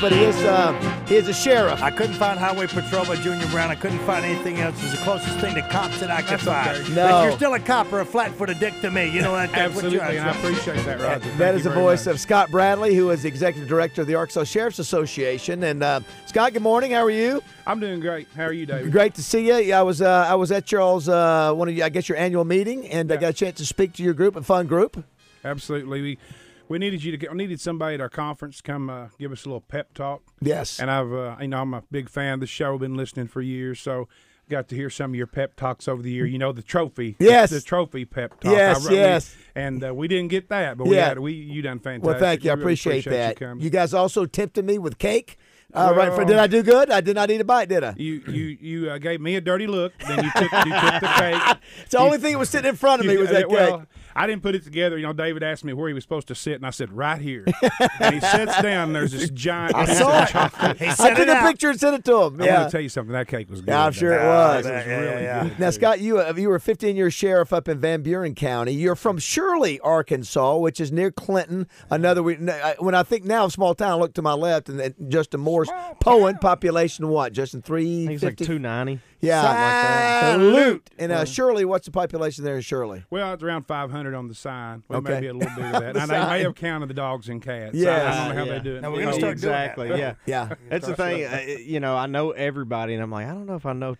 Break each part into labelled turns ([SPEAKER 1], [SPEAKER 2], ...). [SPEAKER 1] But he is, uh, he is a sheriff.
[SPEAKER 2] I couldn't find Highway Patrol by Junior Brown. I couldn't find anything else. It was the closest thing to cops that I could find.
[SPEAKER 1] No.
[SPEAKER 2] But you're still a cop or a flatfoot, a dick to me. You know what? That's
[SPEAKER 3] Absolutely,
[SPEAKER 2] What you
[SPEAKER 3] and I appreciate that, Roger. Thank
[SPEAKER 1] that
[SPEAKER 3] you
[SPEAKER 1] is the
[SPEAKER 3] very
[SPEAKER 1] voice
[SPEAKER 3] much.
[SPEAKER 1] of Scott Bradley, who is the executive director of the Arkansas Sheriff's Association. And uh, Scott, good morning. How are you?
[SPEAKER 3] I'm doing great. How are you, David?
[SPEAKER 1] Great to see you. Yeah, I was uh, I was at y'all's uh, one of you, I guess your annual meeting, and I
[SPEAKER 3] Yeah.
[SPEAKER 1] got a chance to speak to your group, a fun group.
[SPEAKER 3] Absolutely. We, we needed you to get, needed somebody at our conference to come uh, give us a little pep talk.
[SPEAKER 1] Yes.
[SPEAKER 3] And I've, uh, you know, I'm a big fan of the show. Been listening for years, so got to hear some of your pep talks over the year. You know, the trophy.
[SPEAKER 1] Yes.
[SPEAKER 3] The, trophy pep talk.
[SPEAKER 1] Yes,
[SPEAKER 3] I- we-
[SPEAKER 1] yes.
[SPEAKER 3] and uh, we didn't get that, but we
[SPEAKER 1] Yeah.
[SPEAKER 3] had we you done fantastic.
[SPEAKER 1] well, thank you. I
[SPEAKER 3] We really
[SPEAKER 1] appreciate, that.
[SPEAKER 3] You,
[SPEAKER 1] You,
[SPEAKER 3] coming.
[SPEAKER 1] guys also tempted me with cake. Uh, right for,
[SPEAKER 3] Well-
[SPEAKER 1] did I do good? I did not eat a bite, did I?
[SPEAKER 3] you you you uh, gave me a dirty look. Then you took you took the cake.
[SPEAKER 1] It's the
[SPEAKER 3] You-
[SPEAKER 1] only thing that was sitting in front of me
[SPEAKER 3] You-
[SPEAKER 1] was that cake.
[SPEAKER 3] well, I didn't put it together. You know, David asked me where he was supposed to sit, and I said right here. and he sits down. And there's this giant.
[SPEAKER 1] I
[SPEAKER 3] piece
[SPEAKER 1] saw
[SPEAKER 3] of
[SPEAKER 1] it.
[SPEAKER 3] chocolate.
[SPEAKER 2] He
[SPEAKER 1] I
[SPEAKER 2] set
[SPEAKER 1] took
[SPEAKER 2] it
[SPEAKER 1] a
[SPEAKER 2] out.
[SPEAKER 1] picture and sent it to him.
[SPEAKER 3] I
[SPEAKER 1] yeah.
[SPEAKER 3] want to tell you something. That cake was good.
[SPEAKER 1] Yeah, I'm sure it
[SPEAKER 3] David.
[SPEAKER 1] was.
[SPEAKER 3] It was
[SPEAKER 2] Ah, Yeah,
[SPEAKER 3] really
[SPEAKER 2] yeah, yeah.
[SPEAKER 3] good.
[SPEAKER 1] Now, Scott, you uh, you were a 15 year sheriff up in Van Buren County. You're from Shirley, Arkansas, which is near Clinton. Another we- n- I- when I think now of small town, I look to my left, and, and Justin Moore's Poen population what? Justin three.
[SPEAKER 4] I think it's like 290.
[SPEAKER 1] Yeah,
[SPEAKER 4] Something like that.
[SPEAKER 1] Salute. And uh, Shirley, what's the population there in Shirley?
[SPEAKER 3] Well, it's around 500 on the sign. We
[SPEAKER 1] Okay.
[SPEAKER 3] may be a little bigger than that. and they may
[SPEAKER 1] sign.
[SPEAKER 3] have counted the dogs and cats. I
[SPEAKER 1] Yes.
[SPEAKER 3] don't know how
[SPEAKER 4] Yeah.
[SPEAKER 3] they do it.
[SPEAKER 2] Now, we're
[SPEAKER 3] You
[SPEAKER 2] gonna
[SPEAKER 3] know,
[SPEAKER 2] start doing that.
[SPEAKER 4] exactly. Yeah.
[SPEAKER 1] Yeah.
[SPEAKER 4] That's the thing. uh, You know, I know everybody, and I'm like, I don't know if I know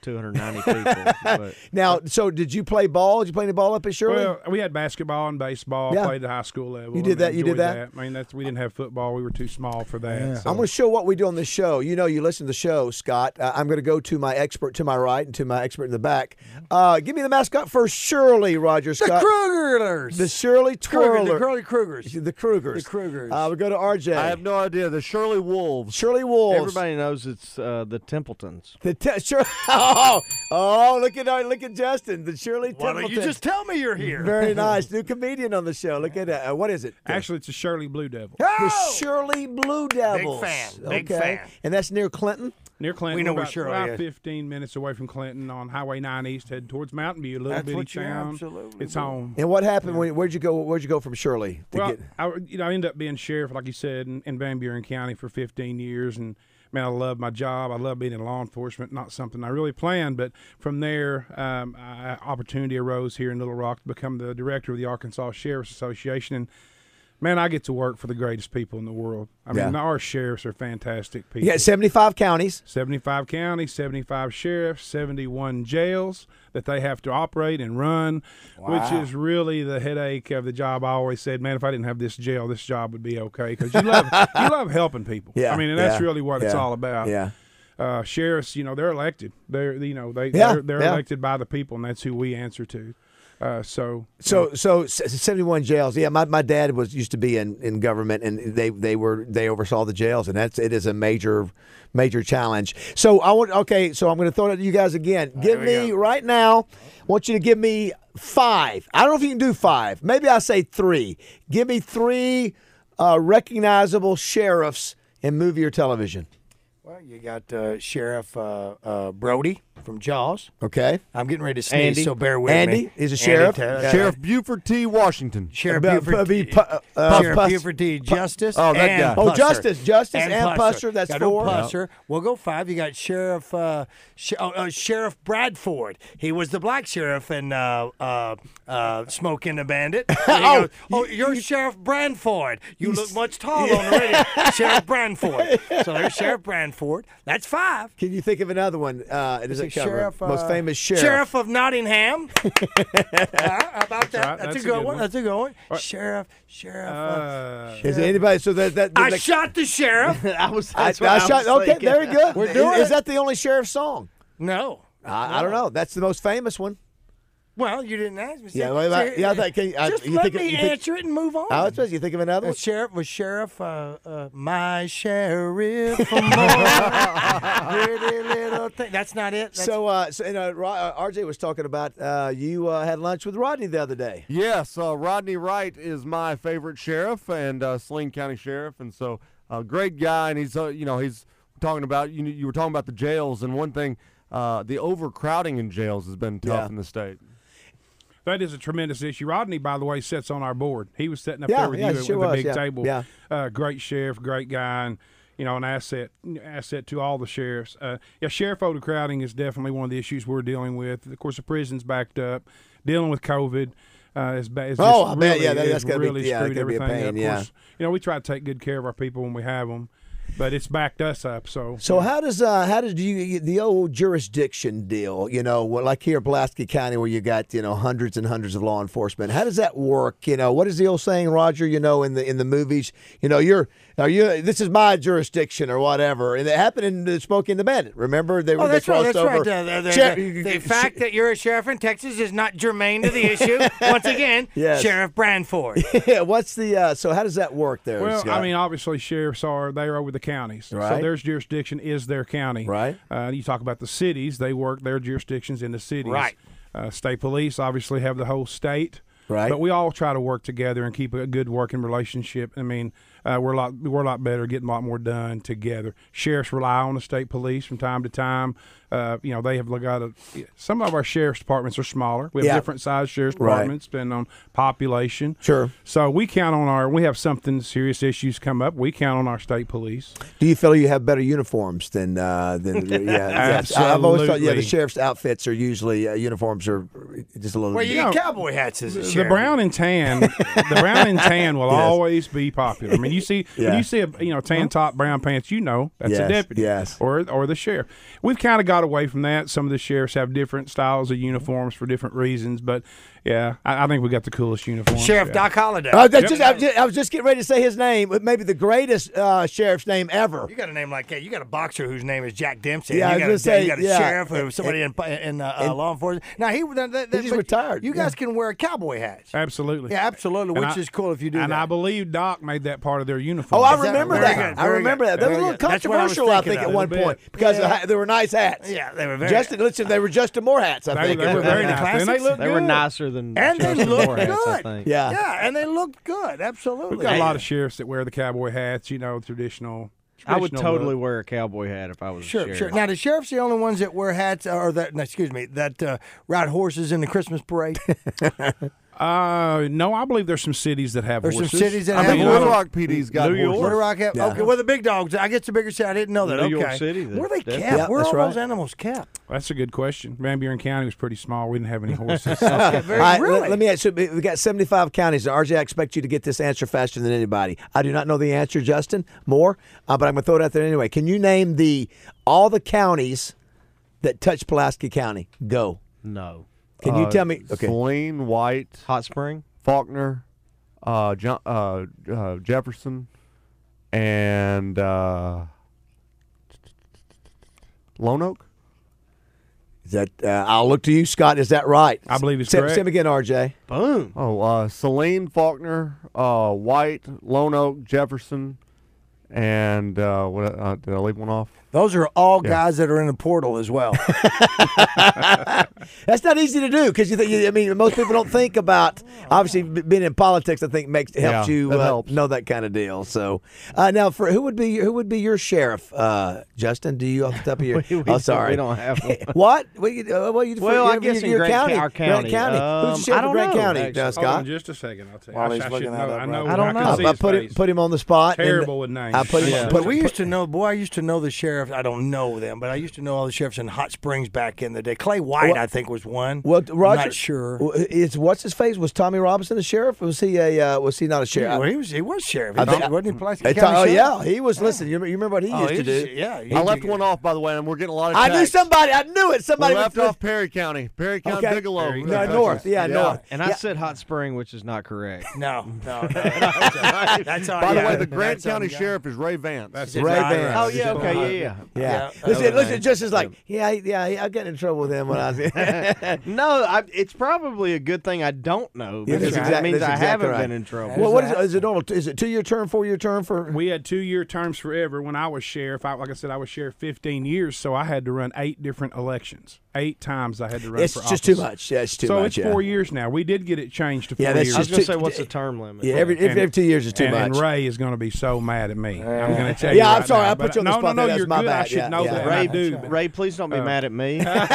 [SPEAKER 4] 290 people. But
[SPEAKER 1] Now, so did you play ball? Did you play any ball up in Shirley?
[SPEAKER 3] Well, we had basketball and baseball.
[SPEAKER 1] Yeah.
[SPEAKER 3] Played the high school level.
[SPEAKER 1] You
[SPEAKER 3] I
[SPEAKER 1] did
[SPEAKER 3] mean,
[SPEAKER 1] that- you did
[SPEAKER 3] enjoyed
[SPEAKER 1] that?
[SPEAKER 3] I mean, that's we didn't have football. We were too small for that. so-
[SPEAKER 1] I'm going to show what we do on this show. You know, you listen to the show, Scott. Uh, I'm going to go to my expert to my right and to my expert in the back. Uh, give me the mascot for Shirley, Roger Scott.
[SPEAKER 5] Krugers.
[SPEAKER 1] The Shirley
[SPEAKER 5] Kruger, the
[SPEAKER 1] Twirler.
[SPEAKER 5] Curly Krugers.
[SPEAKER 1] The Krugers.
[SPEAKER 5] The Krugers.
[SPEAKER 1] Uh, we go to RJ.
[SPEAKER 5] I have no idea. The Shirley Wolves.
[SPEAKER 1] Shirley Wolves.
[SPEAKER 4] everybody knows it's uh, the Templetons.
[SPEAKER 1] The te- Shir- oh, oh, look at our, look at Justin. The Shirley
[SPEAKER 5] Why don't
[SPEAKER 1] Templeton.
[SPEAKER 5] you just tell me you're here?
[SPEAKER 1] Very nice. New comedian on the show. Look at that. Uh, what is it? The,
[SPEAKER 3] Actually, it's a Shirley Blue Devil
[SPEAKER 1] the Shirley Blue Devils.
[SPEAKER 5] fan. Big
[SPEAKER 1] okay.
[SPEAKER 5] fan.
[SPEAKER 1] And that's near Clinton.
[SPEAKER 3] near Clinton.
[SPEAKER 5] We know
[SPEAKER 3] We're
[SPEAKER 5] where
[SPEAKER 3] about,
[SPEAKER 5] Shirley
[SPEAKER 3] about
[SPEAKER 5] is.
[SPEAKER 3] 15 minutes away from Clinton on Highway 9 East, headed towards Mountain View, a little
[SPEAKER 5] That's
[SPEAKER 3] bitty
[SPEAKER 5] what you
[SPEAKER 3] town.
[SPEAKER 5] absolutely
[SPEAKER 3] it's
[SPEAKER 5] want.
[SPEAKER 3] home.
[SPEAKER 1] And what happened? When, where'd you go? Where'd you go from Shirley? To
[SPEAKER 3] Well,
[SPEAKER 1] get,
[SPEAKER 3] I, you know, I ended up being sheriff, like you said, in, in Van Buren County for 15 years, and man, I love my job. I love being in law enforcement. Not something I really planned, but from there, um, I, opportunity arose here in Little Rock to become the director of the Arkansas Sheriff's Association, and man, I get to work for the greatest people in the world. I mean,
[SPEAKER 1] Yeah.
[SPEAKER 3] our sheriffs are fantastic people.
[SPEAKER 1] you got 75 counties.
[SPEAKER 3] 75 counties, 75 sheriffs, 71 jails that they have to operate and run, which is really the headache of the job. I always said, man, if I didn't have this jail, this job would be okay because you love you love helping people.
[SPEAKER 1] Yeah,
[SPEAKER 3] I mean, and that's
[SPEAKER 1] yeah,
[SPEAKER 3] really what it's
[SPEAKER 1] yeah,
[SPEAKER 3] all about.
[SPEAKER 1] yeah.
[SPEAKER 3] Uh, sheriffs, you know, they're elected. They're you know they
[SPEAKER 1] Yeah,
[SPEAKER 3] they're, they're
[SPEAKER 1] yeah.
[SPEAKER 3] elected by the people, and that's who we answer to. Uh, so
[SPEAKER 1] So so s- 71 jails. Yeah, my, my dad was used to be in, in government and they they were they oversaw the jails and that's it is a major major challenge. So I want okay, so I'm going to throw it at you guys again. give me right now. I want you to give me 5. I don't know if you can do 5. Maybe I say 3. Give me 3 uh, recognizable sheriffs in movie or television.
[SPEAKER 5] Well, you got uh, Sheriff uh, uh, Brody from Jaws.
[SPEAKER 1] Okay?
[SPEAKER 5] I'm getting ready to sneeze,
[SPEAKER 4] Andy.
[SPEAKER 5] so bear with
[SPEAKER 1] Andy
[SPEAKER 5] me.
[SPEAKER 1] is a sheriff.
[SPEAKER 5] Taylor.
[SPEAKER 1] Okay.
[SPEAKER 5] Sheriff,
[SPEAKER 6] Buford T. Washington.
[SPEAKER 5] Sheriff
[SPEAKER 1] Bu-
[SPEAKER 5] Buford.
[SPEAKER 1] bu- bu- pu- uh,
[SPEAKER 5] Sheriff
[SPEAKER 1] Pus-
[SPEAKER 5] Buford D. Justice.
[SPEAKER 6] Oh, that
[SPEAKER 5] and
[SPEAKER 6] guy.
[SPEAKER 1] Oh,
[SPEAKER 5] Pusser.
[SPEAKER 1] Justice, Justice and Pusser, that's
[SPEAKER 5] Got
[SPEAKER 1] four.
[SPEAKER 5] No Pusser. We'll go five. You got Sheriff uh, Sh- oh, uh, Sheriff Bradford. He was the black sheriff in uh, uh, uh, Smoke and the Bandit. oh, oh, you're Sheriff Branford. You look much taller on the radio. Sheriff Branford. So there's Sheriff Branford. That's five.
[SPEAKER 1] Can you think of another one? Uh, does it
[SPEAKER 5] Let's see,
[SPEAKER 1] cover?
[SPEAKER 5] Sheriff,
[SPEAKER 1] Most
[SPEAKER 5] uh,
[SPEAKER 1] famous sheriff.
[SPEAKER 5] Sheriff of Nottingham. Uh, how about that?
[SPEAKER 3] right.
[SPEAKER 5] That's, a, good one. That's a good one.
[SPEAKER 3] right.
[SPEAKER 5] Sheriff, Sheriff. uh,
[SPEAKER 3] uh,
[SPEAKER 1] Is there anybody? So that that
[SPEAKER 5] I
[SPEAKER 1] that-
[SPEAKER 5] shot the sheriff.
[SPEAKER 4] I was.
[SPEAKER 1] I,
[SPEAKER 4] That's
[SPEAKER 1] I shot. Okay, there you go.
[SPEAKER 5] We're doing
[SPEAKER 1] is,
[SPEAKER 5] it.
[SPEAKER 1] that the only sheriff song?
[SPEAKER 5] no.
[SPEAKER 1] I, I don't know. That's the most famous one.
[SPEAKER 5] Well, you didn't ask me.
[SPEAKER 1] Yeah,
[SPEAKER 5] So-
[SPEAKER 1] well, I-
[SPEAKER 5] so-
[SPEAKER 1] yeah, I think- can- I-
[SPEAKER 5] just
[SPEAKER 1] you
[SPEAKER 5] let
[SPEAKER 1] think-
[SPEAKER 5] me
[SPEAKER 1] you think-
[SPEAKER 5] answer it and move on.
[SPEAKER 1] I was supposed Oh, you think of another
[SPEAKER 5] Uh,
[SPEAKER 1] one.
[SPEAKER 5] sheriff was sheriff. Uh, uh, my sheriff. from Moore. Pretty little thing. That's not it. That's,
[SPEAKER 1] So, uh, so and, uh, Ro- uh, RJ was talking about uh, you uh, had lunch with Rodney the other day.
[SPEAKER 6] Yes, uh, Rodney Wright is my favorite sheriff and uh, Saline County sheriff, and uh, so a great guy. And he's uh, you know he's talking about you. You were talking about the jails, and one thing uh, the overcrowding in jails has been tough
[SPEAKER 1] Yeah.
[SPEAKER 6] in the state.
[SPEAKER 3] That is a tremendous issue. Rodney, by the way, sits on our board. He was sitting up
[SPEAKER 1] Yeah,
[SPEAKER 3] there with
[SPEAKER 1] yeah,
[SPEAKER 3] you at
[SPEAKER 1] sure
[SPEAKER 3] the
[SPEAKER 1] was,
[SPEAKER 3] big
[SPEAKER 1] yeah,
[SPEAKER 3] table.
[SPEAKER 1] yeah.
[SPEAKER 3] Uh, great sheriff, great guy, and you know, an asset asset to all the sheriffs. Uh, yeah, sheriff overcrowding is definitely one of the issues we're dealing with. Of course, the prison's backed up, dealing with COVID. Uh, is ba- is
[SPEAKER 1] Oh,
[SPEAKER 3] just
[SPEAKER 1] I bet,
[SPEAKER 3] really-
[SPEAKER 1] yeah, that-
[SPEAKER 3] has
[SPEAKER 1] that's gotta be-
[SPEAKER 3] really
[SPEAKER 1] yeah, that
[SPEAKER 3] screwed
[SPEAKER 1] could be a
[SPEAKER 3] everything up.
[SPEAKER 1] pain,
[SPEAKER 3] Of
[SPEAKER 1] yeah.
[SPEAKER 3] course, you know, we try to take good care of our people when we have them, but it's backed us up. So,
[SPEAKER 1] So how does uh, how does you the old jurisdiction deal? You know, what- like here in Pulaski County, where you got you know hundreds and hundreds of law enforcement. How does that work? You know, what is the old saying, Roger? You know, in the in the movies, you know, you're are you this is my jurisdiction or whatever, and it happened in the Smoking the Bandit. Remember they were
[SPEAKER 5] Oh,
[SPEAKER 1] they
[SPEAKER 5] that's right.
[SPEAKER 1] crossed
[SPEAKER 5] That's
[SPEAKER 1] over.
[SPEAKER 5] right. The, the-
[SPEAKER 1] Sheriff-
[SPEAKER 5] the- the fact that you're a sheriff in Texas is not germane to the issue. Once again,
[SPEAKER 1] Yes.
[SPEAKER 5] Sheriff Branford.
[SPEAKER 1] yeah, what's the uh, so how does that work there?
[SPEAKER 3] Well,
[SPEAKER 1] Scott?
[SPEAKER 3] I mean, obviously, sheriffs are they are over the counties,
[SPEAKER 1] Right.
[SPEAKER 3] so their jurisdiction is their county.
[SPEAKER 1] Right.
[SPEAKER 3] Uh, you talk about the cities; they work their jurisdictions in the cities.
[SPEAKER 5] Right.
[SPEAKER 3] Uh, state police obviously have the whole state.
[SPEAKER 1] Right.
[SPEAKER 3] But we all try to work together and keep a good working relationship. I mean, uh, we're a lot we're a lot better, getting a lot more done together. Sheriffs rely on the state police from time to time. Uh, you know, they have got a, some of our sheriff's departments are smaller. We have
[SPEAKER 1] Yeah.
[SPEAKER 3] different size sheriff's
[SPEAKER 1] Right.
[SPEAKER 3] departments depending on population.
[SPEAKER 1] Sure.
[SPEAKER 3] So we count on our. We have something serious issues come up. We count on our state police.
[SPEAKER 1] Do you feel you have better uniforms than uh, than yeah? yes. I've always thought yeah. The
[SPEAKER 3] Absolutely.
[SPEAKER 1] sheriff's outfits are usually uh, uniforms are just a little.
[SPEAKER 5] Well, you
[SPEAKER 3] know,
[SPEAKER 5] get cowboy hats as a
[SPEAKER 3] The
[SPEAKER 5] sheriff.
[SPEAKER 3] brown and tan, the brown and tan will
[SPEAKER 1] Yes.
[SPEAKER 3] always be popular. I mean, you see,
[SPEAKER 1] Yeah. Uh-huh.
[SPEAKER 3] when you see a you know tan top, brown pants, you know that's
[SPEAKER 1] Yes,
[SPEAKER 3] a deputy,
[SPEAKER 1] yes.
[SPEAKER 3] or or the sheriff. We've kind of got away from that. Some of the sheriffs have different styles of uniforms for different reasons, but yeah, I, I think we got the coolest uniform.
[SPEAKER 5] Sheriff
[SPEAKER 3] yeah.
[SPEAKER 5] Doc Holliday.
[SPEAKER 1] I was, just, I, was just, I was just getting ready to say his name, but maybe the greatest uh, sheriff's name ever.
[SPEAKER 5] You got a name like that. You got a boxer whose name is Jack Dempsey.
[SPEAKER 1] Yeah, I
[SPEAKER 5] you
[SPEAKER 1] was
[SPEAKER 5] got
[SPEAKER 1] gonna
[SPEAKER 5] a,
[SPEAKER 1] say,
[SPEAKER 5] you got a
[SPEAKER 1] yeah.
[SPEAKER 5] sheriff or somebody in, in uh, uh, law enforcement. Now he, that, that,
[SPEAKER 1] just
[SPEAKER 5] but
[SPEAKER 1] retired,
[SPEAKER 5] You
[SPEAKER 1] yeah.
[SPEAKER 5] guys can wear cowboy hats.
[SPEAKER 3] absolutely,
[SPEAKER 5] Yeah, absolutely.
[SPEAKER 3] And
[SPEAKER 5] Which
[SPEAKER 3] I-
[SPEAKER 5] is cool if you do
[SPEAKER 3] And
[SPEAKER 5] that.
[SPEAKER 3] I believe Doc made that part of their uniform.
[SPEAKER 1] Oh, I
[SPEAKER 5] Is that
[SPEAKER 1] remember
[SPEAKER 5] very
[SPEAKER 1] that.
[SPEAKER 5] good,
[SPEAKER 1] I
[SPEAKER 5] very
[SPEAKER 1] remember that.
[SPEAKER 5] good,
[SPEAKER 1] That was
[SPEAKER 5] very
[SPEAKER 1] a little
[SPEAKER 5] good. That's what I was
[SPEAKER 1] controversial, I
[SPEAKER 5] thinking
[SPEAKER 1] think, at
[SPEAKER 5] of.
[SPEAKER 1] one
[SPEAKER 3] Little
[SPEAKER 1] point
[SPEAKER 3] bit.
[SPEAKER 1] because
[SPEAKER 5] Yeah.
[SPEAKER 1] the- they were nice hats.
[SPEAKER 5] Yeah, they were very.
[SPEAKER 1] Justin, listen, they were Justin Moore hats. I
[SPEAKER 3] they,
[SPEAKER 1] think.
[SPEAKER 3] they were very
[SPEAKER 5] The
[SPEAKER 3] nice, and they
[SPEAKER 5] classics?
[SPEAKER 3] looked
[SPEAKER 4] They were
[SPEAKER 3] good.
[SPEAKER 4] nicer than
[SPEAKER 5] And they
[SPEAKER 4] Sheriff
[SPEAKER 5] look
[SPEAKER 4] Moreheads, I
[SPEAKER 5] good.
[SPEAKER 4] think.
[SPEAKER 1] yeah.
[SPEAKER 5] yeah, and they looked good. Absolutely.
[SPEAKER 3] We've got a lot of sheriffs that wear the cowboy hats, you know, traditional.
[SPEAKER 4] I would
[SPEAKER 3] traditional
[SPEAKER 4] totally
[SPEAKER 3] look.
[SPEAKER 4] wear a cowboy hat if I was a
[SPEAKER 5] Sure,
[SPEAKER 4] sheriff.
[SPEAKER 5] sure. Now the sheriff's the only ones that wear hats, uh, or that no, excuse me, that uh, ride horses in the Christmas parade.
[SPEAKER 3] Uh, no, I believe there's some cities that have
[SPEAKER 5] There's some
[SPEAKER 3] horses.
[SPEAKER 5] cities that
[SPEAKER 3] I
[SPEAKER 5] have
[SPEAKER 3] mean,
[SPEAKER 5] horses.
[SPEAKER 3] I don't-
[SPEAKER 6] Little Rock PD's got
[SPEAKER 4] New York.
[SPEAKER 6] horses.
[SPEAKER 5] Where do Rock have?
[SPEAKER 1] Yeah.
[SPEAKER 5] Okay, well the big dogs. I guess the bigger city. I didn't know that.
[SPEAKER 4] New
[SPEAKER 5] okay.
[SPEAKER 4] York City,
[SPEAKER 5] Where are they
[SPEAKER 4] that's-
[SPEAKER 5] kept?
[SPEAKER 1] Yeah,
[SPEAKER 5] Where are
[SPEAKER 1] that's
[SPEAKER 5] all
[SPEAKER 1] right.
[SPEAKER 5] those animals kept?
[SPEAKER 3] That's a good question. Van Buren County was pretty small. We didn't have any horses.
[SPEAKER 1] All right,
[SPEAKER 5] really?
[SPEAKER 1] let, let me ask you. We got 75 counties. RJ, I expect you to get this answer faster than anybody. I do not know the answer, Justin Moore, uh, but I'm going to throw it out there anyway. Can you name the all the counties that touch Pulaski County? Go.
[SPEAKER 4] No.
[SPEAKER 1] Can
[SPEAKER 6] Uh,
[SPEAKER 1] you tell me? Okay.
[SPEAKER 6] Saline, White,
[SPEAKER 4] Hot spring?
[SPEAKER 6] Faulkner, uh, John, uh, uh, Jefferson, and uh, Lone Oak.
[SPEAKER 1] Is that uh, I'll look to you, Scott. Is that right?
[SPEAKER 3] I believe it's
[SPEAKER 1] Say-
[SPEAKER 3] correct.
[SPEAKER 1] say 'em again, RJ.
[SPEAKER 4] Boom.
[SPEAKER 6] Oh, uh, Saline, Faulkner, uh, White, Lone Oak, Jefferson, and uh, what, uh, did I leave one off?
[SPEAKER 5] Those are all guys that are in the portal as well.
[SPEAKER 1] That's not easy to do because you think. you- I mean, most people don't think about. Obviously, b- being in politics, I think makes helps
[SPEAKER 6] Yeah,
[SPEAKER 1] you
[SPEAKER 6] that
[SPEAKER 1] uh,
[SPEAKER 6] helps.
[SPEAKER 1] know that kind of deal. So uh, now, for who would be who would be your sheriff, uh, Justin? Do you off the top of your?
[SPEAKER 4] We- we
[SPEAKER 1] oh,
[SPEAKER 4] don't-
[SPEAKER 1] sorry,
[SPEAKER 4] we don't have one.
[SPEAKER 1] what? Well, you, uh, well, you,
[SPEAKER 4] Well,
[SPEAKER 1] you,
[SPEAKER 4] I guess in
[SPEAKER 1] your
[SPEAKER 4] Grant
[SPEAKER 1] county,
[SPEAKER 4] Ca- our
[SPEAKER 1] Grant
[SPEAKER 4] county.
[SPEAKER 1] County. Who's
[SPEAKER 4] Um,
[SPEAKER 1] the sheriff
[SPEAKER 4] I
[SPEAKER 1] of
[SPEAKER 4] don't
[SPEAKER 1] Grant
[SPEAKER 4] know,
[SPEAKER 1] County?
[SPEAKER 4] actually.
[SPEAKER 1] Uh,
[SPEAKER 3] Hold on
[SPEAKER 1] Scott.
[SPEAKER 3] just a second. I'll tell you.
[SPEAKER 5] While
[SPEAKER 3] I,
[SPEAKER 5] he's
[SPEAKER 3] I should
[SPEAKER 5] looking
[SPEAKER 3] know.
[SPEAKER 5] that up,
[SPEAKER 3] I know.
[SPEAKER 5] right.
[SPEAKER 4] I
[SPEAKER 3] can
[SPEAKER 4] don't know.
[SPEAKER 3] see
[SPEAKER 1] I, I
[SPEAKER 3] his
[SPEAKER 1] put him
[SPEAKER 3] face.
[SPEAKER 1] put him on the spot. and-
[SPEAKER 3] Terrible with names.
[SPEAKER 1] I put him.
[SPEAKER 4] Yeah.
[SPEAKER 1] Put,
[SPEAKER 5] but we used to know, boy, I used to know the sheriff. I don't know them, but I used to know all the sheriffs in Hot Springs back in the day. Clay White, I think, was one.
[SPEAKER 1] well,
[SPEAKER 5] I'm
[SPEAKER 1] Roger,
[SPEAKER 5] not sure.
[SPEAKER 1] w- Is what's his face? Was Tommy Robinson a sheriff? Was he a? Uh, was he not a sheriff?
[SPEAKER 5] Well, he was he was sheriff.
[SPEAKER 1] I think-
[SPEAKER 5] wasn't he Pulaski
[SPEAKER 1] Hey,
[SPEAKER 5] County
[SPEAKER 1] Tom- oh
[SPEAKER 5] sheriff?
[SPEAKER 1] yeah, he was. Listen, you, you remember what he
[SPEAKER 5] Oh,
[SPEAKER 1] used to
[SPEAKER 5] he's-
[SPEAKER 1] do?
[SPEAKER 5] Yeah, he
[SPEAKER 6] I
[SPEAKER 5] did
[SPEAKER 6] left
[SPEAKER 5] get-
[SPEAKER 6] one off, by the way, and we're getting a lot of
[SPEAKER 1] I knew
[SPEAKER 6] texts.
[SPEAKER 1] somebody. I knew it.
[SPEAKER 6] We
[SPEAKER 1] Somebody was-
[SPEAKER 6] left off Perry County. Perry County,
[SPEAKER 1] Okay.
[SPEAKER 6] Bigelow.
[SPEAKER 3] Perry
[SPEAKER 1] No,
[SPEAKER 3] County.
[SPEAKER 1] north. Yeah,
[SPEAKER 6] Yeah.
[SPEAKER 1] north.
[SPEAKER 4] And I
[SPEAKER 1] Yeah.
[SPEAKER 4] said hot spring, which is not correct.
[SPEAKER 5] No, no, no, that's all right. That's all
[SPEAKER 6] By the
[SPEAKER 5] right.
[SPEAKER 6] way, the Grant
[SPEAKER 5] That's all
[SPEAKER 6] County
[SPEAKER 5] right.
[SPEAKER 6] Sheriff is Ray Vance.
[SPEAKER 3] That's
[SPEAKER 1] Ray
[SPEAKER 3] right.
[SPEAKER 1] Vance.
[SPEAKER 3] right.
[SPEAKER 4] Oh, yeah, okay, yeah, yeah.
[SPEAKER 1] Yeah.
[SPEAKER 5] Yeah,
[SPEAKER 1] Listen,
[SPEAKER 5] that was
[SPEAKER 1] listen,
[SPEAKER 5] nice.
[SPEAKER 1] just as like, yeah, yeah, yeah, I got in trouble with him when I was.
[SPEAKER 4] No, I, it's probably a good thing I don't know
[SPEAKER 1] Yeah,
[SPEAKER 4] because
[SPEAKER 1] that's
[SPEAKER 4] that
[SPEAKER 1] exact-
[SPEAKER 4] means
[SPEAKER 1] that's
[SPEAKER 4] I
[SPEAKER 1] exactly
[SPEAKER 4] haven't
[SPEAKER 1] right.
[SPEAKER 4] been in trouble.
[SPEAKER 1] well, what is, is it normal? Is it two year term, four year term for?
[SPEAKER 3] We had two year terms forever. When I was sheriff, I, like I said, I was sheriff 15 years, so I had to run eight different elections. Eight times I had to run
[SPEAKER 1] It's
[SPEAKER 3] for
[SPEAKER 1] just too
[SPEAKER 3] office.
[SPEAKER 1] much. Yeah, it's too
[SPEAKER 3] so
[SPEAKER 1] much.
[SPEAKER 3] it's
[SPEAKER 1] yeah.
[SPEAKER 3] four years now. We did get it changed to
[SPEAKER 1] Yeah,
[SPEAKER 3] four
[SPEAKER 1] that's
[SPEAKER 3] years.
[SPEAKER 4] I was
[SPEAKER 1] just
[SPEAKER 4] going
[SPEAKER 1] too-
[SPEAKER 4] to say, what's the term limit?
[SPEAKER 1] Yeah, every, every,
[SPEAKER 3] And-
[SPEAKER 1] every two years is too
[SPEAKER 3] and,
[SPEAKER 1] much.
[SPEAKER 3] and Ray is going to be so mad at me. me. I'm going to tell you.
[SPEAKER 1] Yeah, I'm
[SPEAKER 3] right
[SPEAKER 1] sorry,
[SPEAKER 3] now,
[SPEAKER 1] I put
[SPEAKER 3] but-
[SPEAKER 1] you on the
[SPEAKER 3] no,
[SPEAKER 1] spot there.
[SPEAKER 3] No, no,
[SPEAKER 1] That's
[SPEAKER 3] you're
[SPEAKER 1] my
[SPEAKER 3] good. I
[SPEAKER 1] bad.
[SPEAKER 3] should
[SPEAKER 1] Yeah,
[SPEAKER 3] know
[SPEAKER 1] yeah.
[SPEAKER 3] that. and I
[SPEAKER 4] Ray,
[SPEAKER 3] do. but-
[SPEAKER 4] Ray, please don't be
[SPEAKER 1] Oh.
[SPEAKER 4] mad at me. Uh,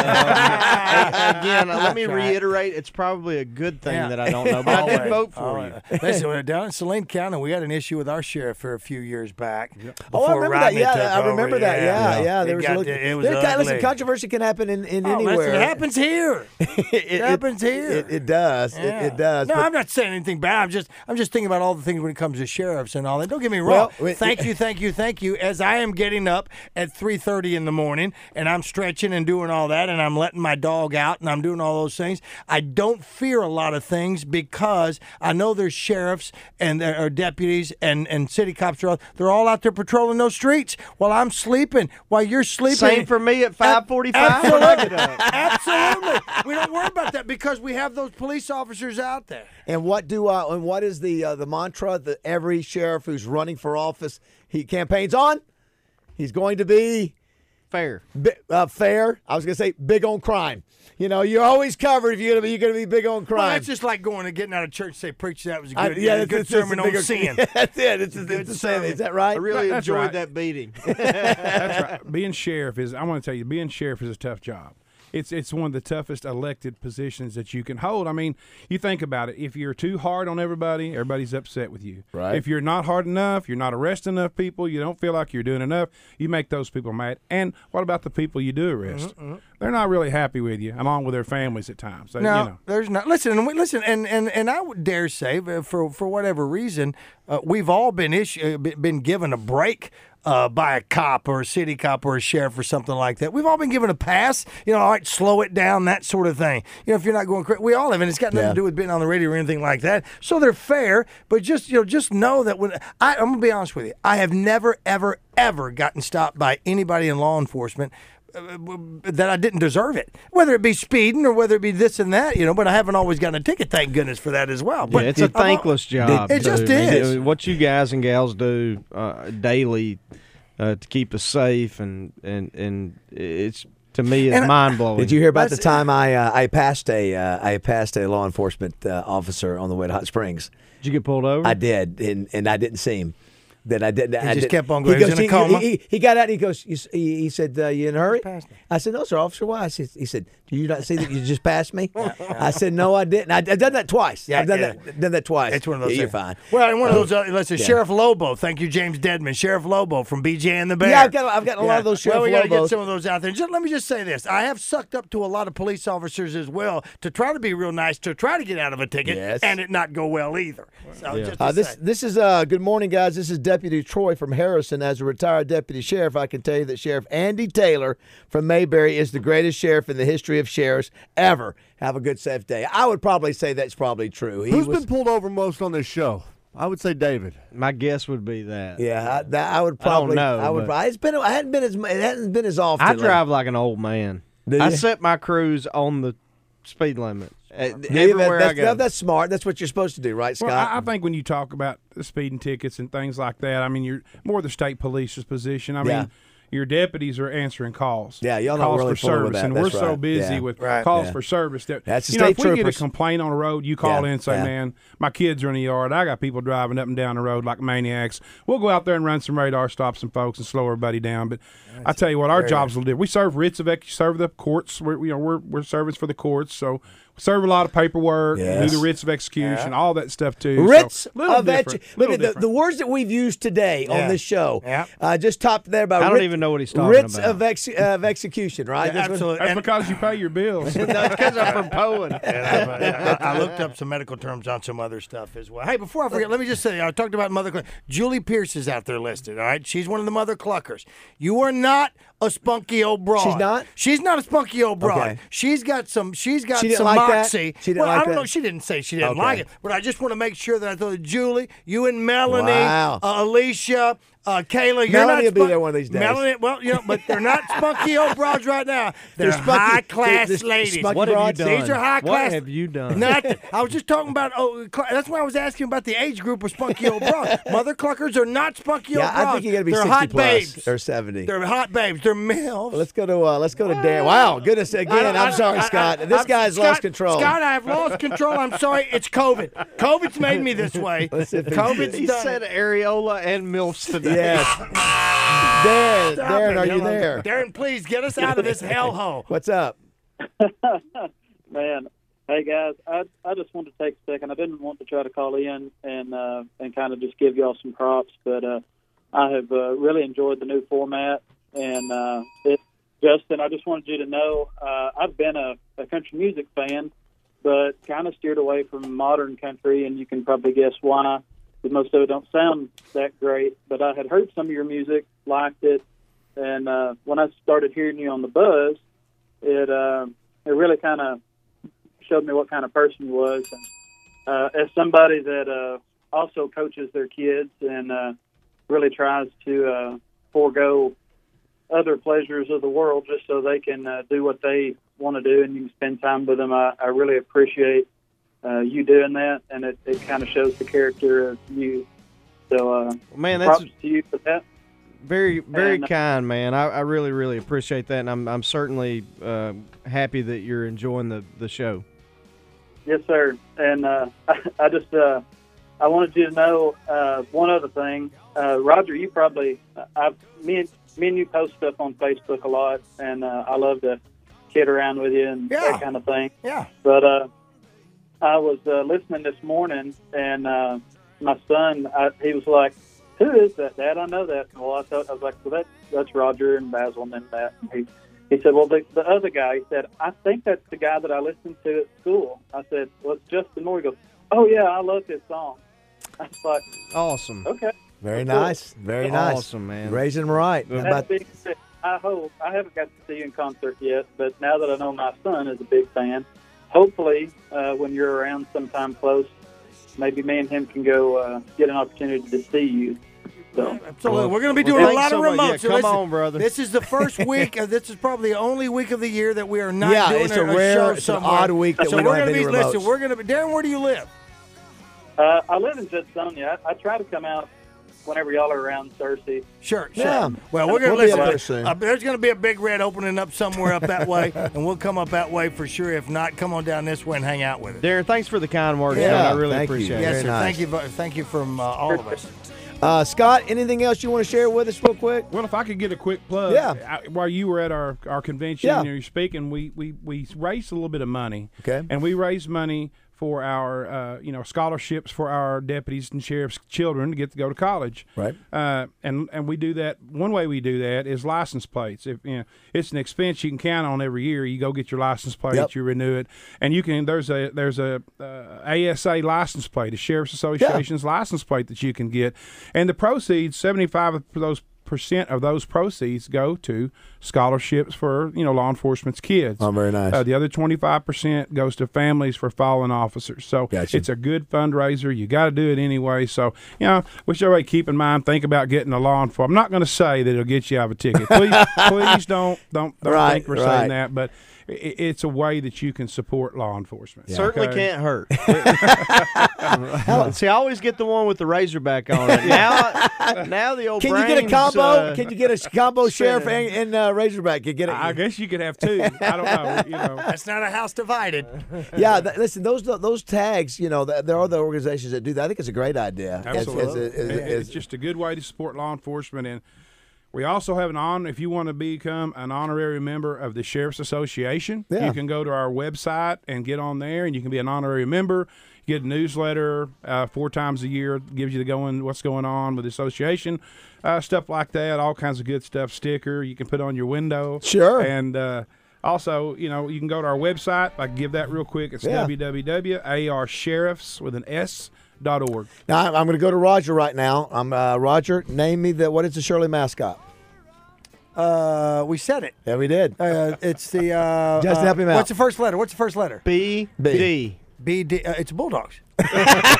[SPEAKER 4] a- again, let me reiterate: it's probably a good thing
[SPEAKER 5] Yeah.
[SPEAKER 4] that I don't know, but I did
[SPEAKER 5] Always,
[SPEAKER 4] vote for
[SPEAKER 5] always. Listen, when- down in Saline County, we had an issue with our sheriff for a few years back.
[SPEAKER 1] Oh, I
[SPEAKER 5] before
[SPEAKER 1] remember that.
[SPEAKER 5] Rodney took
[SPEAKER 1] Yeah, I
[SPEAKER 5] over.
[SPEAKER 1] remember that. Yeah, yeah.
[SPEAKER 5] It
[SPEAKER 1] There was a
[SPEAKER 5] got-
[SPEAKER 1] little,
[SPEAKER 5] it was
[SPEAKER 1] there can-
[SPEAKER 5] ugly.
[SPEAKER 1] listen, controversy can happen in, in
[SPEAKER 5] Oh, listen,
[SPEAKER 1] anywhere.
[SPEAKER 5] it happens here.
[SPEAKER 1] It- it-
[SPEAKER 5] happens here.
[SPEAKER 1] It, it does. It-
[SPEAKER 5] Yeah.
[SPEAKER 1] It, does.
[SPEAKER 5] No,
[SPEAKER 1] but-
[SPEAKER 5] I'm not saying anything bad. I'm just I'm just thinking about all the things when it comes to sheriffs and all that. Don't get me wrong.
[SPEAKER 1] Well, wait-
[SPEAKER 5] thank you, thank you, thank you. As I am getting up at 3:30 in the morning and I'm stretching and doing all that and I'm letting my dog out and I'm doing all those things, I don't fear a lot of things because I know there's sheriffs and there are deputies and and city cops are all, they're all out there patrolling those streets while I'm sleeping, while you're sleeping.
[SPEAKER 4] Same for me at 5:45 when I get
[SPEAKER 5] Absolutely.
[SPEAKER 4] up.
[SPEAKER 5] Absolutely. We don't worry about that because we have those police officers out there.
[SPEAKER 1] and what do I? And what is the uh, the mantra that every sheriff who's running for office he campaigns on? He's going to be
[SPEAKER 4] Fair.
[SPEAKER 1] bi- uh, fair. I was going to say big on crime. You know, you're always covered if you're going to be, you're going to be big on crime.
[SPEAKER 5] Well, that's just like going and getting out of church and say, preach, that was a good,
[SPEAKER 1] I-
[SPEAKER 5] yeah,
[SPEAKER 1] that's-
[SPEAKER 5] good
[SPEAKER 1] it's- it's
[SPEAKER 5] sermon
[SPEAKER 1] a
[SPEAKER 5] on
[SPEAKER 1] bigger-
[SPEAKER 5] sin.
[SPEAKER 1] that's it. It's, it's, it's the same. Is that right?
[SPEAKER 4] I really
[SPEAKER 3] that's
[SPEAKER 4] enjoyed
[SPEAKER 3] right.
[SPEAKER 4] that beating.
[SPEAKER 3] That's right. Being sheriff is. I want to tell you, being sheriff is a tough job. It's it's one of the toughest elected positions that you can hold. I mean, you think about it. If you're too hard on everybody, everybody's upset with you.
[SPEAKER 7] Right.
[SPEAKER 3] If you're not hard enough, you're not arresting enough people. You don't feel like you're doing enough. You make those people mad. And what about the people you do arrest?
[SPEAKER 1] Mm-hmm,
[SPEAKER 3] They're not really happy with you, along with their families at times. They- you
[SPEAKER 5] no,
[SPEAKER 3] know.
[SPEAKER 5] there's not. Listen, and we, listen, and, and and I would dare say, uh, for for whatever reason, uh, we've all been issue, uh, be- been given a break. Uh, by a cop or a city cop or a sheriff or something like that. We've all been given a pass, you know, all right, slow it down, that sort of thing. You know, if you're not going crazy, we all have, and it's got nothing to do with being on the radio or anything like that. So they're fair, but just, you know, just know that when I, I'm going to be honest with you, I have never, ever, ever gotten stopped by anybody in law enforcement that I didn't deserve it, whether it be speeding or whether it be this and that, you know. But I haven't always gotten a ticket, thank goodness for that as well. But
[SPEAKER 4] Yeah, it's a
[SPEAKER 5] I've al-
[SPEAKER 4] thankless job.
[SPEAKER 5] It
[SPEAKER 4] too.
[SPEAKER 5] just
[SPEAKER 4] I mean,
[SPEAKER 5] is.
[SPEAKER 4] it- What you guys and gals do uh, daily uh, to keep us safe, and and and it's to me it's
[SPEAKER 5] And I-
[SPEAKER 4] mind blowing.
[SPEAKER 1] Did you hear about the
[SPEAKER 5] That's-
[SPEAKER 1] time I uh, I passed a uh, I passed a law enforcement uh, officer on the way to Hot Springs?
[SPEAKER 4] Did you get pulled over?
[SPEAKER 1] I did, and and I didn't see him. Then I didn't. I
[SPEAKER 5] Mm-hmm. just
[SPEAKER 1] didn't-
[SPEAKER 5] kept on going. He was in a
[SPEAKER 1] he,
[SPEAKER 5] coma.
[SPEAKER 1] He, he got out. and He goes. He, he he said, uh, "You in a hurry?"
[SPEAKER 5] passed me.
[SPEAKER 1] I said, "No, sir, officer. Why?" I said, he said, "Do you not see that you just passed me?" I said, "No, I didn't." I, have done that twice.
[SPEAKER 5] Yeah,
[SPEAKER 1] I've done
[SPEAKER 5] yeah.
[SPEAKER 1] that. Done that twice.
[SPEAKER 5] It's one of those.
[SPEAKER 1] Yeah, you're
[SPEAKER 5] things.
[SPEAKER 1] fine. Oh,
[SPEAKER 5] Well, and one of those. Uh, let's say
[SPEAKER 1] yeah.
[SPEAKER 5] Sheriff Lobo. Thank you, James Deadman. Sheriff Lobo from BJ and the Bear.
[SPEAKER 1] Yeah, I've got- I've got a lot of those
[SPEAKER 5] Well, we
[SPEAKER 1] Sheriff
[SPEAKER 5] gotta get
[SPEAKER 1] Lobos.
[SPEAKER 5] some of those out there. Just, let me just say this: I have sucked up to a lot of police officers as well to try to be real nice, to try to get out of a ticket,
[SPEAKER 1] Yes.
[SPEAKER 5] and it not go well either. So just to
[SPEAKER 1] Uh, this
[SPEAKER 5] say.
[SPEAKER 1] this is uh good morning guys. This is Deputy Troy from Harrison. As a retired deputy sheriff, I can tell you that Sheriff Andy Taylor from Mayberry is the greatest sheriff in the history of sheriffs ever. Have a good safe day. I would probably say that's probably true. He
[SPEAKER 6] Who's
[SPEAKER 1] was,
[SPEAKER 6] been pulled over most on this show? I would say David.
[SPEAKER 4] My guess would be that.
[SPEAKER 1] yeah, I, that, I would
[SPEAKER 4] I
[SPEAKER 1] probably.
[SPEAKER 4] don't know,
[SPEAKER 1] would.
[SPEAKER 4] but-
[SPEAKER 1] It's been. I hadn't been as. It hasn't been as often.
[SPEAKER 4] I
[SPEAKER 1] lately.
[SPEAKER 4] drive like an old man.
[SPEAKER 1] Do
[SPEAKER 4] I
[SPEAKER 1] you?
[SPEAKER 4] set my cruise on the speed limit uh,
[SPEAKER 1] Yeah,
[SPEAKER 4] everywhere
[SPEAKER 1] that's,
[SPEAKER 4] I go.
[SPEAKER 1] that's smart. That's what you're supposed to do, right, Scott?
[SPEAKER 3] Well, I, I think when you talk about the speeding tickets and things like that, I mean, you're more the state police's position. I
[SPEAKER 1] Yeah.
[SPEAKER 3] mean, your deputies are answering calls.
[SPEAKER 1] Yeah, y'all not
[SPEAKER 3] calls
[SPEAKER 1] really
[SPEAKER 3] for
[SPEAKER 1] fooling with
[SPEAKER 3] service,
[SPEAKER 1] that.
[SPEAKER 3] and
[SPEAKER 1] That's
[SPEAKER 3] we're so
[SPEAKER 1] right.
[SPEAKER 3] busy
[SPEAKER 1] Yeah.
[SPEAKER 3] with
[SPEAKER 5] Right.
[SPEAKER 3] calls
[SPEAKER 1] Yeah.
[SPEAKER 3] for service that
[SPEAKER 1] That's the
[SPEAKER 3] you know,
[SPEAKER 1] state
[SPEAKER 3] if we get a
[SPEAKER 1] troopers.
[SPEAKER 3] complaint on the road, you call
[SPEAKER 1] Yeah,
[SPEAKER 3] in and say,
[SPEAKER 1] yeah.
[SPEAKER 3] "Man, my kids are in the yard. I got people driving up and down the road like maniacs. We'll go out there and run some radar, stop some folks, and slow everybody down." But I tell you what, our jobs will do. We serve writs of ex- serve the courts. We're you know we're we're servants for the courts, so. we Serve a lot of paperwork,
[SPEAKER 1] Yes.
[SPEAKER 3] do the writs of execution, all that stuff too. So,
[SPEAKER 1] Ritz
[SPEAKER 3] little
[SPEAKER 1] of
[SPEAKER 3] different,
[SPEAKER 1] edu- Look
[SPEAKER 3] little
[SPEAKER 1] at the,
[SPEAKER 3] different.
[SPEAKER 1] the words that we've used today on
[SPEAKER 5] Yeah.
[SPEAKER 1] this show.
[SPEAKER 5] Yeah.
[SPEAKER 1] Uh, just top there by
[SPEAKER 4] I don't
[SPEAKER 1] Ritz-
[SPEAKER 4] even know what he's talking
[SPEAKER 1] Ritz
[SPEAKER 4] about.
[SPEAKER 1] of, ex- of execution, right? That's what-
[SPEAKER 5] Absolutely.
[SPEAKER 3] That's
[SPEAKER 5] And-
[SPEAKER 3] because you pay your bills.
[SPEAKER 4] because I'm from Poen.
[SPEAKER 5] And I, I- I looked up some medical terms on some other stuff as well. Hey, before I forget, let me just say I talked about Mother Cluck. Julie Pierce is out there listed, all right? She's one of the Mother Cluckers. You are not a spunky old broad.
[SPEAKER 1] She's not?
[SPEAKER 5] She's not a spunky old broad.
[SPEAKER 1] Okay.
[SPEAKER 5] She's got some she's got
[SPEAKER 1] She didn't
[SPEAKER 5] some
[SPEAKER 1] like that?
[SPEAKER 5] moxie.
[SPEAKER 1] She didn't
[SPEAKER 5] well,
[SPEAKER 1] like
[SPEAKER 5] I don't
[SPEAKER 1] that?
[SPEAKER 5] know. She didn't say she didn't
[SPEAKER 1] Okay.
[SPEAKER 5] like it, but I just want to make sure that I thought Julie, you and Melanie,
[SPEAKER 1] Wow.
[SPEAKER 5] uh, Alicia, uh, Kayla, you're
[SPEAKER 1] Melanie will
[SPEAKER 5] not
[SPEAKER 1] be
[SPEAKER 5] spunk-
[SPEAKER 1] there one of these days.
[SPEAKER 5] Melanie, well, you know, but they're not spunky old broads right now.
[SPEAKER 1] They're
[SPEAKER 5] They're,
[SPEAKER 1] spunky-
[SPEAKER 5] high class
[SPEAKER 1] they're- they're
[SPEAKER 5] ladies.
[SPEAKER 1] spunky
[SPEAKER 4] What have you
[SPEAKER 1] Broads.
[SPEAKER 4] done?
[SPEAKER 5] These are high class.
[SPEAKER 4] What have you done?
[SPEAKER 5] Nothing. I was just talking about. Oh, cl- that's why I was asking about the age group of spunky old bras. Mother cluckers are not spunky old
[SPEAKER 1] yeah,
[SPEAKER 5] bras.
[SPEAKER 1] I think you got to be
[SPEAKER 5] They're
[SPEAKER 1] 60
[SPEAKER 5] hot
[SPEAKER 1] plus
[SPEAKER 5] babes.
[SPEAKER 1] or 70.
[SPEAKER 5] They're hot babes. They're males.
[SPEAKER 1] Let's go to uh, let's go to Dan. Wow, goodness again. I'm sorry, Scott. this guy's lost control.
[SPEAKER 5] Scott, I have lost control. I'm sorry. It's COVID. COVID's made me this way.
[SPEAKER 1] Let's see if he-
[SPEAKER 5] COVID's
[SPEAKER 4] He
[SPEAKER 5] done.
[SPEAKER 4] said
[SPEAKER 5] it.
[SPEAKER 4] areola and milfs today.
[SPEAKER 1] Yes. Darren,
[SPEAKER 5] Stop
[SPEAKER 1] Darren,
[SPEAKER 5] it,
[SPEAKER 1] are you
[SPEAKER 5] Dylan.
[SPEAKER 1] there?
[SPEAKER 5] Darren, please get us out of this hellhole.
[SPEAKER 1] What's up?
[SPEAKER 8] Man, hey guys, I I just wanted to take a second. I didn't want to try to call in and uh, and kind of just give y'all some props, but uh, I have uh, really enjoyed the new format. And uh, it, Justin, I just wanted you to know uh, I've been a, a country music fan, but kind of steered away from modern country, and you can probably guess why. 'cause Most of it don't sound that great, but I had heard some of your music, liked it, and uh, when I started hearing you on the buzz, it uh, it really kind of showed me what kind of person he was. And, uh, as somebody that uh, also coaches their kids and uh, really tries to uh, forego other pleasures of the world just so they can uh, do what they want to do and you can spend time with them, I, I really appreciate uh, you doing that. And it, it kind of shows the character of you. So, uh,
[SPEAKER 4] Man, that's
[SPEAKER 8] props to you for that.
[SPEAKER 4] very very
[SPEAKER 8] And-
[SPEAKER 4] kind man I, I really really appreciate that and i'm, I'm certainly uh, happy that you're enjoying the, the show
[SPEAKER 8] Yes, sir. And uh, I, I just uh, I wanted you to know uh, one other thing, uh, Roger. You probably uh, I've me and me and you post stuff on Facebook a lot, and uh, I love to kid around with you and
[SPEAKER 5] Yeah.
[SPEAKER 8] that kind of thing.
[SPEAKER 5] Yeah.
[SPEAKER 8] But uh, I was uh, listening this morning, and uh, my son I, he was like, "Who is that, Dad? I know that." Well, I thought I was like, "Well, that that's Roger and Basil and then that." And he, he said, "Well, the, the other guy." He said, "I think that's the guy that I listened to at school." I said, "Well, it's Justin Moore." He goes, "Oh yeah, I love his song." I was like,
[SPEAKER 4] awesome
[SPEAKER 8] "Okay."
[SPEAKER 1] Very
[SPEAKER 8] Cool.
[SPEAKER 1] nice. Very nice.
[SPEAKER 4] Awesome, man.
[SPEAKER 1] Raising 'em right. How
[SPEAKER 8] That
[SPEAKER 1] about-
[SPEAKER 8] being said, I hope I haven't got to see you in concert yet, but now that I know my son is a big fan, hopefully uh, when you're around sometime close, maybe me and him can go uh, get an opportunity to see you. So
[SPEAKER 5] Absolutely. We're going to be
[SPEAKER 4] well,
[SPEAKER 5] doing a
[SPEAKER 4] thanks
[SPEAKER 5] lot
[SPEAKER 4] so
[SPEAKER 5] of
[SPEAKER 4] much.
[SPEAKER 5] remotes.
[SPEAKER 4] Yeah,
[SPEAKER 5] so
[SPEAKER 4] come
[SPEAKER 5] listen,
[SPEAKER 4] on, brother.
[SPEAKER 5] This is the first week. uh, this is probably the only week of the year that we are not
[SPEAKER 1] Yeah,
[SPEAKER 5] doing
[SPEAKER 1] it's
[SPEAKER 5] a,
[SPEAKER 1] a rare-
[SPEAKER 5] show
[SPEAKER 1] it's an
[SPEAKER 5] somewhere.
[SPEAKER 1] odd week that
[SPEAKER 5] so
[SPEAKER 1] we
[SPEAKER 5] are
[SPEAKER 1] don't have
[SPEAKER 5] gonna
[SPEAKER 1] any
[SPEAKER 5] be
[SPEAKER 1] remotes.
[SPEAKER 5] listen. We're going to be Darren. Where do you live?
[SPEAKER 8] uh, I live in Judsonia. I, I try to come out whenever y'all are around Cersei.
[SPEAKER 5] Sure, sure.
[SPEAKER 1] Yeah.
[SPEAKER 5] Well, we're gonna
[SPEAKER 1] We'll be up there
[SPEAKER 5] listen.
[SPEAKER 1] soon.
[SPEAKER 5] uh, there's gonna be a big red opening up somewhere up that way, and we'll come up that way for sure. If not, come on down this way and hang out with us.
[SPEAKER 4] darren thanks for the kind words
[SPEAKER 1] Yeah,
[SPEAKER 4] man. i really
[SPEAKER 1] thank you.
[SPEAKER 4] appreciate
[SPEAKER 1] Yes.
[SPEAKER 4] it
[SPEAKER 1] Very
[SPEAKER 5] sir.
[SPEAKER 1] nice.
[SPEAKER 5] Thank you, bu- thank you from uh, all of us.
[SPEAKER 1] Uh, Scott, anything else you want to share with us, real quick?
[SPEAKER 3] Well, if I could get a quick plug,
[SPEAKER 1] Yeah.
[SPEAKER 3] I, while you were at our, our convention
[SPEAKER 1] Yeah.
[SPEAKER 3] and you're speaking, we, we, we raised a little bit of money.
[SPEAKER 1] Okay.
[SPEAKER 3] And we raised money for our, uh, you know, scholarships for our deputies and sheriff's children to get to go to college.
[SPEAKER 1] Right.
[SPEAKER 3] Uh, and and we do that. One way we do that is license plates. If you know, it's an expense you can count on every year. You go get your license plate,
[SPEAKER 1] Yep.
[SPEAKER 3] you renew it, and you can. There's a there's a uh, ASA license plate, a sheriff's association's license plate that you can get, and the proceeds seventy five of those percent of those proceeds go to scholarships for you know law enforcement's kids.
[SPEAKER 1] Oh, very nice.
[SPEAKER 3] Uh, the other twenty five percent goes to families for fallen officers. So
[SPEAKER 1] Gotcha.
[SPEAKER 3] it's a good fundraiser. You got to do it anyway. So you know, which everybody keep in mind, think about getting a law enforcement. I'm not going to say that it'll get you out of a ticket. Please, please don't don't, don't
[SPEAKER 1] Right,
[SPEAKER 3] think we're
[SPEAKER 1] right.
[SPEAKER 3] saying that, but. i- i- It's a way that you can support law enforcement.
[SPEAKER 4] Certainly
[SPEAKER 3] okay?
[SPEAKER 4] can't hurt. See, I always get the one with the razorback on it. Now, now the old
[SPEAKER 1] Can you get a
[SPEAKER 4] brain's,
[SPEAKER 1] combo?
[SPEAKER 4] uh,
[SPEAKER 1] Can you get a combo sheriff and, and uh, Razorback? You get it.
[SPEAKER 3] I guess you could have two. I don't know. You know.
[SPEAKER 5] That's not a house divided.
[SPEAKER 1] yeah, th- listen, those those tags, you know, th- there are the organizations that do that. I think it's a great idea. As- as-
[SPEAKER 3] Absolutely.
[SPEAKER 1] as- as-
[SPEAKER 3] It-
[SPEAKER 1] as-
[SPEAKER 3] it's just a good way to support law enforcement. And we also have an on, if you want to become an honorary member of the Sheriff's Association,
[SPEAKER 1] Yeah.
[SPEAKER 3] you can go to our website and get on there and you can be an honorary member. You get a newsletter uh, four times a year, gives you the going, what's going on with the association, uh, stuff like that, all kinds of good stuff. Sticker you can put on your window.
[SPEAKER 1] Sure.
[SPEAKER 3] And, uh, also, you know, you can go to our website. I can give that real quick. It's
[SPEAKER 1] Yeah.
[SPEAKER 3] www.arsheriffs with an S dot org.
[SPEAKER 1] now, I'm, I'm going to go to Roger right now. I'm uh, Roger. Name me the what is the Shirley mascot?
[SPEAKER 5] Uh, we said it.
[SPEAKER 1] Yeah, we did.
[SPEAKER 5] Uh, it's the. Uh,
[SPEAKER 1] Just
[SPEAKER 5] uh,
[SPEAKER 1] help him out.
[SPEAKER 5] What's the first letter? What's the first letter?
[SPEAKER 4] B D?
[SPEAKER 5] B D. Uh, it's Bulldogs.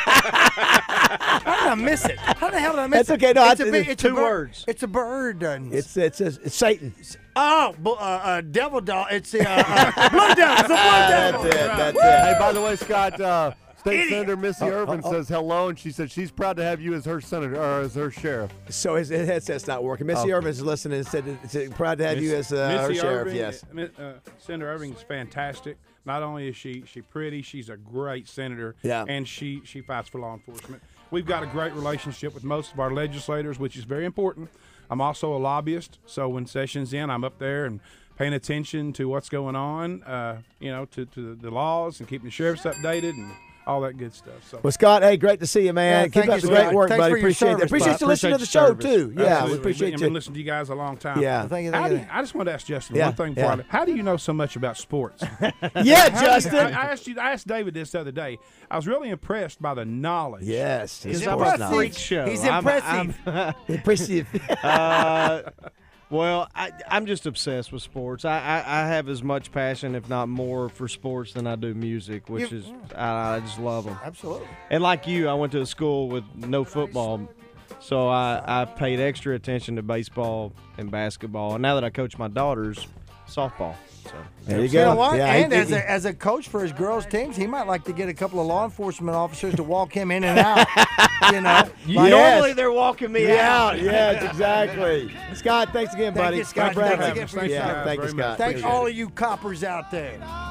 [SPEAKER 5] How did I miss it? How the hell did I miss
[SPEAKER 1] That's
[SPEAKER 5] it?
[SPEAKER 1] okay. No,
[SPEAKER 5] it's
[SPEAKER 1] I-
[SPEAKER 5] a big, it's a
[SPEAKER 4] two
[SPEAKER 5] bird-
[SPEAKER 4] words.
[SPEAKER 5] It's a bird. and-
[SPEAKER 1] It's it's, it's, it's Satan.
[SPEAKER 5] oh, bu- uh, uh, devil dog. It's the uh, uh, blue devil. It's a blue devil.
[SPEAKER 1] That's it. That's
[SPEAKER 6] Hey,
[SPEAKER 1] it.
[SPEAKER 6] by the way, Scott, uh, State Senator Missy Irvin says hello, and she said she's proud to have you as her senator or as her sheriff.
[SPEAKER 1] So his, his headset's not working. Missy Irvin is listening and said, said, "Proud to have you as uh, our
[SPEAKER 3] Oh. Missy
[SPEAKER 1] sheriff."
[SPEAKER 3] Irving,
[SPEAKER 1] yes.
[SPEAKER 3] uh, uh, Senator Irving is fantastic. Not only is she she pretty, she's a great senator.
[SPEAKER 1] Yeah.
[SPEAKER 3] And she she fights for law enforcement. We've got a great relationship with most of our legislators, which is very important. I'm also a lobbyist, so when session's in, I'm up there and paying attention to what's going on, uh, you know, to, to the laws and keeping the sheriffs updated and all that good stuff. So
[SPEAKER 1] Well, Scott, hey, great to see you, man.
[SPEAKER 5] Yeah,
[SPEAKER 1] Keep
[SPEAKER 5] thank
[SPEAKER 1] up
[SPEAKER 5] you,
[SPEAKER 1] the great
[SPEAKER 5] Scott.
[SPEAKER 1] work,
[SPEAKER 5] Thanks
[SPEAKER 1] buddy.
[SPEAKER 5] for your
[SPEAKER 1] appreciate
[SPEAKER 5] service,
[SPEAKER 1] it. Appreciate
[SPEAKER 5] bud.
[SPEAKER 1] you listening to the
[SPEAKER 4] Appreciate
[SPEAKER 1] show
[SPEAKER 4] your
[SPEAKER 1] too.
[SPEAKER 4] service.
[SPEAKER 1] Yeah,
[SPEAKER 3] Absolutely.
[SPEAKER 1] we appreciate
[SPEAKER 3] I
[SPEAKER 1] you.
[SPEAKER 3] mean, listen to you guys a long time.
[SPEAKER 1] Yeah.
[SPEAKER 3] How do
[SPEAKER 1] Thank
[SPEAKER 3] you-
[SPEAKER 1] you,
[SPEAKER 3] I,
[SPEAKER 1] thank you.
[SPEAKER 3] just wanted to ask Justin
[SPEAKER 1] Yeah,
[SPEAKER 3] one thing
[SPEAKER 1] yeah.
[SPEAKER 3] before I How do you know so much about sports?
[SPEAKER 1] yeah,
[SPEAKER 3] How do you-
[SPEAKER 1] Justin.
[SPEAKER 3] I, I asked you. I asked David this the other day. I was really impressed by the knowledge.
[SPEAKER 1] yes,
[SPEAKER 5] He's
[SPEAKER 1] of course not.
[SPEAKER 5] impressive.
[SPEAKER 4] Freak show.
[SPEAKER 5] He's
[SPEAKER 4] I'm-
[SPEAKER 5] impressive.
[SPEAKER 4] I'm-
[SPEAKER 1] Impressive.
[SPEAKER 4] Uh, well, I, I'm just obsessed with sports. I, I, I have as much passion, if not more, for sports than I do music, which is I, I just love them.
[SPEAKER 5] Absolutely.
[SPEAKER 4] And like you, I went to a school with no football, so I, I paid extra attention to baseball and basketball. And now that I coach my daughters, softball. So
[SPEAKER 1] there you go.
[SPEAKER 5] You know what?
[SPEAKER 1] Yeah,
[SPEAKER 5] and
[SPEAKER 1] he-
[SPEAKER 5] as, a, as a coach for his girls' teams, he might like to get a couple of law enforcement officers to walk him in and out. you know, Like-
[SPEAKER 4] normally they're walking me out.
[SPEAKER 1] yeah, yes, exactly. Scott, thanks again,
[SPEAKER 5] Thank
[SPEAKER 1] buddy.
[SPEAKER 5] you, Scott.
[SPEAKER 1] Brad.
[SPEAKER 5] Thanks again for
[SPEAKER 1] yeah,
[SPEAKER 3] having us.
[SPEAKER 1] thank you,
[SPEAKER 3] Thanks,
[SPEAKER 1] Scott.
[SPEAKER 3] Scott, very much.
[SPEAKER 5] Thank all of you coppers out there.